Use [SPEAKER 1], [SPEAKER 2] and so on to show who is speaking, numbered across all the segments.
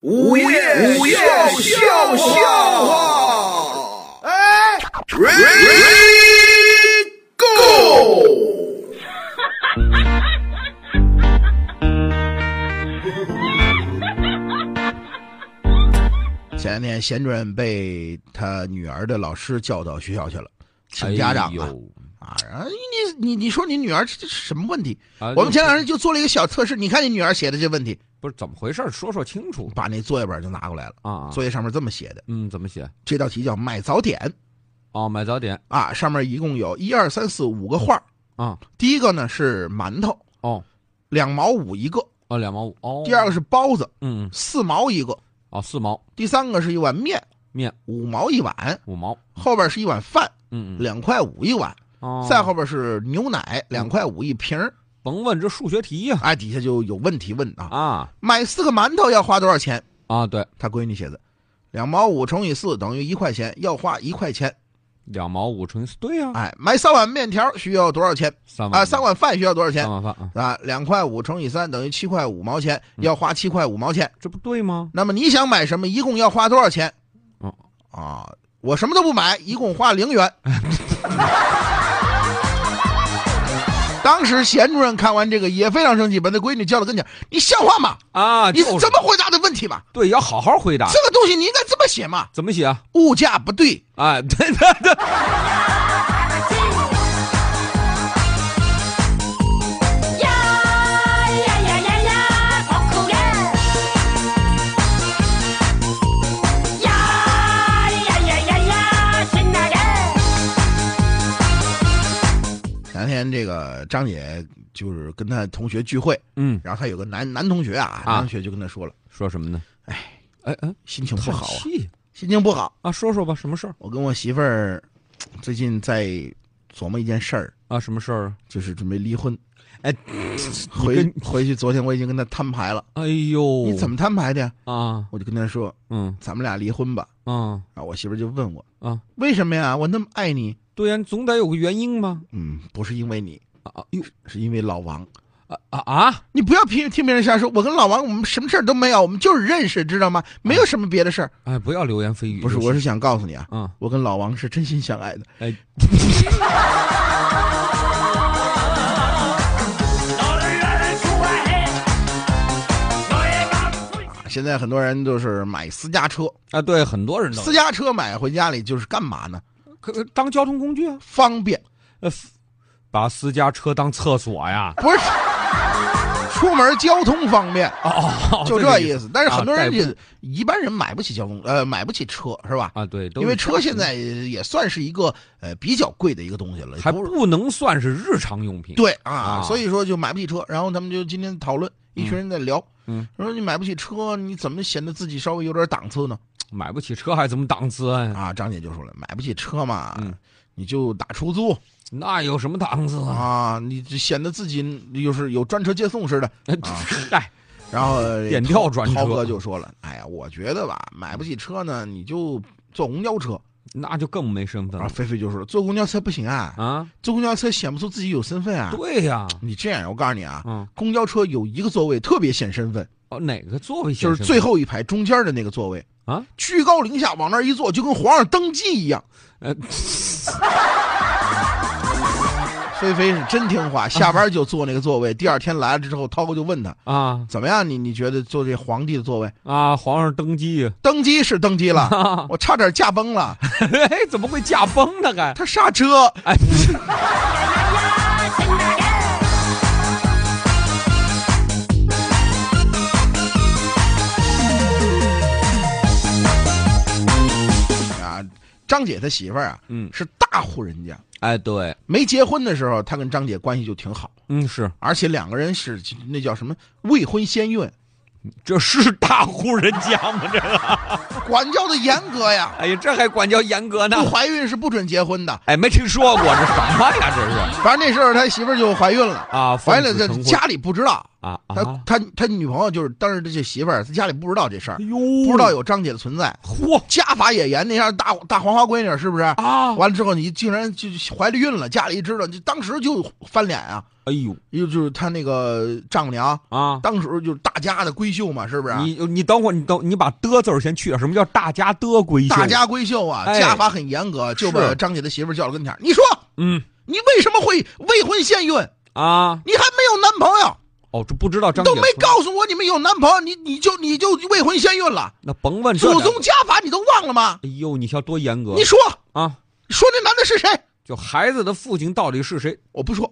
[SPEAKER 1] 午夜午夜笑笑话，哎，Ready Go！
[SPEAKER 2] 前两天，贤主任被他女儿的老师叫到学校去了，请家长啊、
[SPEAKER 3] 哎呦
[SPEAKER 2] 啊！然后你你你说你女儿这这什么问题？
[SPEAKER 3] 啊
[SPEAKER 2] 我们前两
[SPEAKER 3] 就
[SPEAKER 2] 天就做了一个小测试，你看你女儿写的这问题，
[SPEAKER 3] 不是怎么回事儿，说说清楚
[SPEAKER 2] 把那作业本就拿过来了，
[SPEAKER 3] 啊。
[SPEAKER 2] 作
[SPEAKER 3] 以
[SPEAKER 2] 业上面这么写的，
[SPEAKER 3] 嗯，怎么写？
[SPEAKER 2] 这道题叫买早点
[SPEAKER 3] 哦，买早点
[SPEAKER 2] 啊，上面一共有一二三四五个画儿
[SPEAKER 3] 啊。
[SPEAKER 2] 第一个呢是馒头，
[SPEAKER 3] 哦
[SPEAKER 2] 两毛五一个；
[SPEAKER 3] 哦，两毛五。哦，
[SPEAKER 2] 第二个是包子，
[SPEAKER 3] 嗯嗯
[SPEAKER 2] 四毛一个；
[SPEAKER 3] 哦，四毛
[SPEAKER 2] 第三个是一碗面，
[SPEAKER 3] 面
[SPEAKER 2] 五毛一碗；
[SPEAKER 3] 五毛。
[SPEAKER 2] 后边是一碗饭，
[SPEAKER 3] 嗯嗯。
[SPEAKER 2] 两块五一碗；
[SPEAKER 3] 哦，
[SPEAKER 2] 再后边是牛奶，两块五一瓶儿。
[SPEAKER 3] 甭问这数学题呀。
[SPEAKER 2] 哎，底下就有问题问啊，
[SPEAKER 3] 啊
[SPEAKER 2] 买四个馒头要花多少钱？
[SPEAKER 3] 啊，对，
[SPEAKER 2] 他闺女写的，两毛五乘以四等于一块钱，要花一块钱。
[SPEAKER 3] 两毛五乘以四，对呀，
[SPEAKER 2] 哎，买三碗面条需要多少钱？
[SPEAKER 3] 三碗
[SPEAKER 2] 啊，三碗饭需要多少钱
[SPEAKER 3] 三？碗饭啊，
[SPEAKER 2] 啊，两块五乘以三等于七块五毛钱，
[SPEAKER 3] 嗯
[SPEAKER 2] 要花七块五毛钱。
[SPEAKER 3] 这不对吗？
[SPEAKER 2] 那么你想买什么？一共要花多少钱？
[SPEAKER 3] 哦
[SPEAKER 2] 啊，我什么都不买，一共花零元。当时贤主任看完这个也非常生气，把那闺女叫到跟前：“你像话吗？
[SPEAKER 3] 啊，
[SPEAKER 2] 你
[SPEAKER 3] 就是啊
[SPEAKER 2] 怎么回答的问题嘛？
[SPEAKER 3] 对？要好好回答，
[SPEAKER 2] 这个东西你应该这么写嘛？
[SPEAKER 3] 怎么写啊？
[SPEAKER 2] 物价不对，
[SPEAKER 3] 哎， 对对对，
[SPEAKER 4] 呀呀呀呀呀，跑酷人！呀呀呀呀呀，是那人。
[SPEAKER 2] 前两天这个张姐就是跟她同学聚会，
[SPEAKER 3] 嗯，
[SPEAKER 2] 然后她有个男男同学啊，
[SPEAKER 3] 啊
[SPEAKER 2] 男同学就跟她说了，
[SPEAKER 3] 说什么呢？哎哎哎，
[SPEAKER 2] 心情不
[SPEAKER 3] 叹
[SPEAKER 2] 好啊，
[SPEAKER 3] 气
[SPEAKER 2] 心情不好。
[SPEAKER 3] 啊，说说吧，什么事儿
[SPEAKER 2] 我跟我媳妇儿最近在琢磨一件事儿，
[SPEAKER 3] 啊？什么事儿啊？
[SPEAKER 2] 就是准备离婚。
[SPEAKER 3] 哎，
[SPEAKER 2] 回
[SPEAKER 3] 跟
[SPEAKER 2] 回去昨天我已经跟她摊牌了，
[SPEAKER 3] 哎呦，
[SPEAKER 2] 你怎么摊牌的呀？
[SPEAKER 3] 啊？
[SPEAKER 2] 我就跟她说，
[SPEAKER 3] 嗯
[SPEAKER 2] 咱们俩离婚吧。
[SPEAKER 3] 嗯
[SPEAKER 2] 啊，我媳妇儿就问我
[SPEAKER 3] 啊，
[SPEAKER 2] 为什么呀？我那么爱你，
[SPEAKER 3] 对呀、你总得有个原因吧？
[SPEAKER 2] 嗯，不是因为你，
[SPEAKER 3] 啊啊哟
[SPEAKER 2] 是因为老王。
[SPEAKER 3] 啊啊啊！
[SPEAKER 2] 你不要听听别人瞎说，我跟老王我们什么事儿都没有，我们就是认识，知道
[SPEAKER 3] 啊
[SPEAKER 2] 吗？没有什么别的事儿。
[SPEAKER 3] 哎，不要流言蜚语。
[SPEAKER 2] 不是，我是想告诉你啊，
[SPEAKER 3] 啊，
[SPEAKER 2] 我跟老王是真心相爱的。
[SPEAKER 3] 哎，
[SPEAKER 2] 现在很多人都是买私家车，
[SPEAKER 3] 啊，对，很多人都
[SPEAKER 2] 私家车买回家里就是干嘛呢？
[SPEAKER 3] 可当交通工具啊，
[SPEAKER 2] 方便，
[SPEAKER 3] 呃，把私家车当厕所呀。
[SPEAKER 2] 不是 出门交通方便，
[SPEAKER 3] 哦哦，哦
[SPEAKER 2] 就
[SPEAKER 3] 个
[SPEAKER 2] 这意
[SPEAKER 3] 思
[SPEAKER 2] 思。但是很多人
[SPEAKER 3] 啊代
[SPEAKER 2] 就一般人买不起交通，呃，买不起车是吧？
[SPEAKER 3] 啊，对，都
[SPEAKER 2] 因为
[SPEAKER 3] 是
[SPEAKER 2] 车现在也算是一个呃比较贵的一个东西了，
[SPEAKER 3] 还
[SPEAKER 2] 不是
[SPEAKER 3] 不能算是日常用品。，
[SPEAKER 2] 对
[SPEAKER 3] 啊
[SPEAKER 2] 啊，所以说就买不起车。然后他们就今天讨论，一群人在聊，
[SPEAKER 3] 嗯，
[SPEAKER 2] 说你买不起车，你怎么显得自己稍微有点档次呢？
[SPEAKER 3] 买不起车还怎么档次啊？
[SPEAKER 2] 啊，张姐就说了，买不起车嘛，
[SPEAKER 3] 嗯
[SPEAKER 2] 你就打出租
[SPEAKER 3] 那有什么档次啊？
[SPEAKER 2] 啊，你就显得自己就是有专车接送似的。啊
[SPEAKER 3] 哎，
[SPEAKER 2] 然 后
[SPEAKER 3] 点跳专车
[SPEAKER 2] 涛哥就说了，哎呀，我觉得吧，买不起车呢，你就坐公交车。
[SPEAKER 3] 那就更没身份
[SPEAKER 2] 然后
[SPEAKER 3] 了
[SPEAKER 2] 菲菲就说，坐公交车不行啊，
[SPEAKER 3] 啊！
[SPEAKER 2] 坐公交车显不出自己有身份啊。
[SPEAKER 3] 对呀，
[SPEAKER 2] 你这样，我告诉你啊，
[SPEAKER 3] 嗯，
[SPEAKER 2] 公交车有一个座位特别显身份。
[SPEAKER 3] 哦，哪个座位
[SPEAKER 2] 就是
[SPEAKER 3] 先生
[SPEAKER 2] 最后一排中间的那个座位
[SPEAKER 3] 啊，
[SPEAKER 2] 居高临下往那儿一坐，就跟皇上登基一样。
[SPEAKER 3] 呃，
[SPEAKER 2] 菲菲是真听话，下班就坐那个座位。第二天来了之后，涛哥就问他
[SPEAKER 3] 啊
[SPEAKER 2] 怎么样，你你觉得坐这皇帝的座位？
[SPEAKER 3] 啊！ 皇上登基，
[SPEAKER 2] 登基是登基了， 我差点驾崩了。
[SPEAKER 3] 哎，怎么会驾崩呢？还
[SPEAKER 2] 他刹车，
[SPEAKER 3] 哎，
[SPEAKER 2] 啊，张姐她媳妇儿啊，
[SPEAKER 3] 嗯，
[SPEAKER 2] 是大户人家。
[SPEAKER 3] 哎，对，
[SPEAKER 2] 没结婚的时候，她跟张姐关系就挺好，
[SPEAKER 3] 嗯，是，
[SPEAKER 2] 而且两个人是那叫什么未婚先孕，
[SPEAKER 3] 这是大户人家吗？这个，
[SPEAKER 2] 管教的严格呀，
[SPEAKER 3] 哎呀，这还管教严格呢
[SPEAKER 2] 不怀孕是不准结婚的。
[SPEAKER 3] 哎，没听说过这什么呀？这是
[SPEAKER 2] 反正那时候他媳妇儿就怀孕了
[SPEAKER 3] 啊
[SPEAKER 2] 怀了
[SPEAKER 3] 奉子
[SPEAKER 2] 这
[SPEAKER 3] 成婚
[SPEAKER 2] 家里不知道，
[SPEAKER 3] 啊
[SPEAKER 2] 他
[SPEAKER 3] 啊！
[SPEAKER 2] 他他女朋友就是当时这媳妇儿，他家里不知道这事儿，
[SPEAKER 3] 哎呦，
[SPEAKER 2] 不知道有张姐的存在，
[SPEAKER 3] 嚯
[SPEAKER 2] 家法也严，那样大大黄花闺女是不是？
[SPEAKER 3] 啊！
[SPEAKER 2] 完了之后你竟然就怀了孕了，家里一知道，就当时就翻脸啊！
[SPEAKER 3] 哎呦
[SPEAKER 2] 又就是他那个丈母娘，
[SPEAKER 3] 啊！
[SPEAKER 2] 当时就是大家的闺秀嘛，是不是啊？
[SPEAKER 3] 你你等会儿，你等你把的字儿先去掉。什么叫大家的闺秀？
[SPEAKER 2] 大家闺秀啊，
[SPEAKER 3] 哎
[SPEAKER 2] 家法很严格，就把
[SPEAKER 3] 是
[SPEAKER 2] 张姐的媳妇儿叫到跟前儿，你说
[SPEAKER 3] 嗯
[SPEAKER 2] 你为什么会未婚先孕？
[SPEAKER 3] 啊
[SPEAKER 2] 你还没有男朋友，
[SPEAKER 3] 哦，这不知道张姐
[SPEAKER 2] 都没告诉我你们有男朋友，你你就你就未婚先孕了，
[SPEAKER 3] 那甭问这
[SPEAKER 2] 祖
[SPEAKER 3] 点
[SPEAKER 2] 宗家法你都忘了吗？
[SPEAKER 3] 哎呦，你瞧多严格！
[SPEAKER 2] 你说
[SPEAKER 3] 啊，
[SPEAKER 2] 说那男的是谁？
[SPEAKER 3] 就孩子的父亲到底是谁？
[SPEAKER 2] 我不说，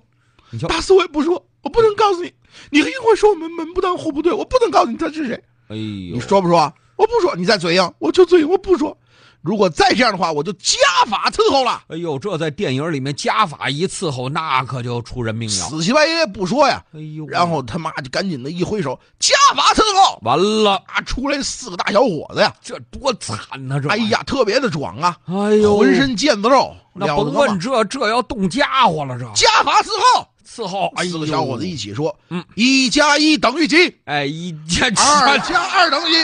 [SPEAKER 3] 你瞧，
[SPEAKER 2] 打死我也不说，我不能告诉你，你一会儿说我们门不当户不对，我不能告诉你他是谁。
[SPEAKER 3] 哎呦，
[SPEAKER 2] 你说不说？我不说，你再嘴硬，我就嘴硬，我不说。如果再这样的话，我就家法伺候了，
[SPEAKER 3] 哎呦，这在电影里面家法一伺候，那可就出人命了。
[SPEAKER 2] 死乞白赖不说呀。
[SPEAKER 3] 哎呦，
[SPEAKER 2] 然后他妈就赶紧的一挥手，家法伺候
[SPEAKER 3] 完了，
[SPEAKER 2] 啊！出来四个大小伙子呀，
[SPEAKER 3] 这多惨呐、这
[SPEAKER 2] 哎
[SPEAKER 3] 玩意儿，
[SPEAKER 2] 呀，特别的壮啊，
[SPEAKER 3] 哎呦，
[SPEAKER 2] 浑身腱子肉，
[SPEAKER 3] 那
[SPEAKER 2] 了
[SPEAKER 3] 甭
[SPEAKER 2] 得
[SPEAKER 3] 问
[SPEAKER 2] 吗？
[SPEAKER 3] 这，这要动家伙了，这
[SPEAKER 2] 家法伺候。
[SPEAKER 3] 伺候。哎呦，
[SPEAKER 2] 四个小伙子一起说：“
[SPEAKER 3] 嗯，
[SPEAKER 2] 一加一等于 几？
[SPEAKER 3] 哎一见
[SPEAKER 2] 二加二等于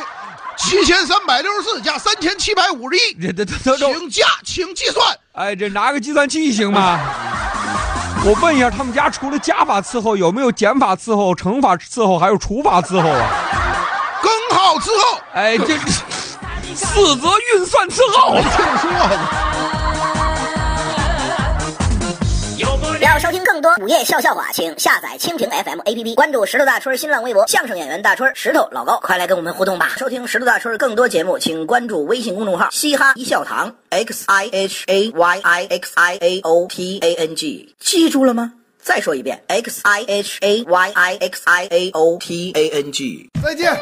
[SPEAKER 2] 七千三百六十四加三千七百五十一。
[SPEAKER 3] 这这这这，
[SPEAKER 2] 请加，请计算。
[SPEAKER 3] 哎，这拿个计算器行
[SPEAKER 2] 哎
[SPEAKER 3] 吗？我问一下，他们家除了加法伺候，有没有减法伺候、乘法伺候，还有除法伺候 啊？
[SPEAKER 2] 根号伺候。
[SPEAKER 3] 哎，这四则运算伺候。
[SPEAKER 2] 哎听说啊
[SPEAKER 5] 要收听更多午夜笑笑话，请下载蜻蜓 FM APP，关注石头大春儿新浪微博，相声演员大春儿、石头老高，快来跟我们互动吧！收听石头大春儿更多节目，请关注微信公众号“嘻哈一笑堂 ”x i h a y i x i a o t a n g，记住了吗？再说一遍，x i h a y i x i a o t a n g。
[SPEAKER 2] 再见。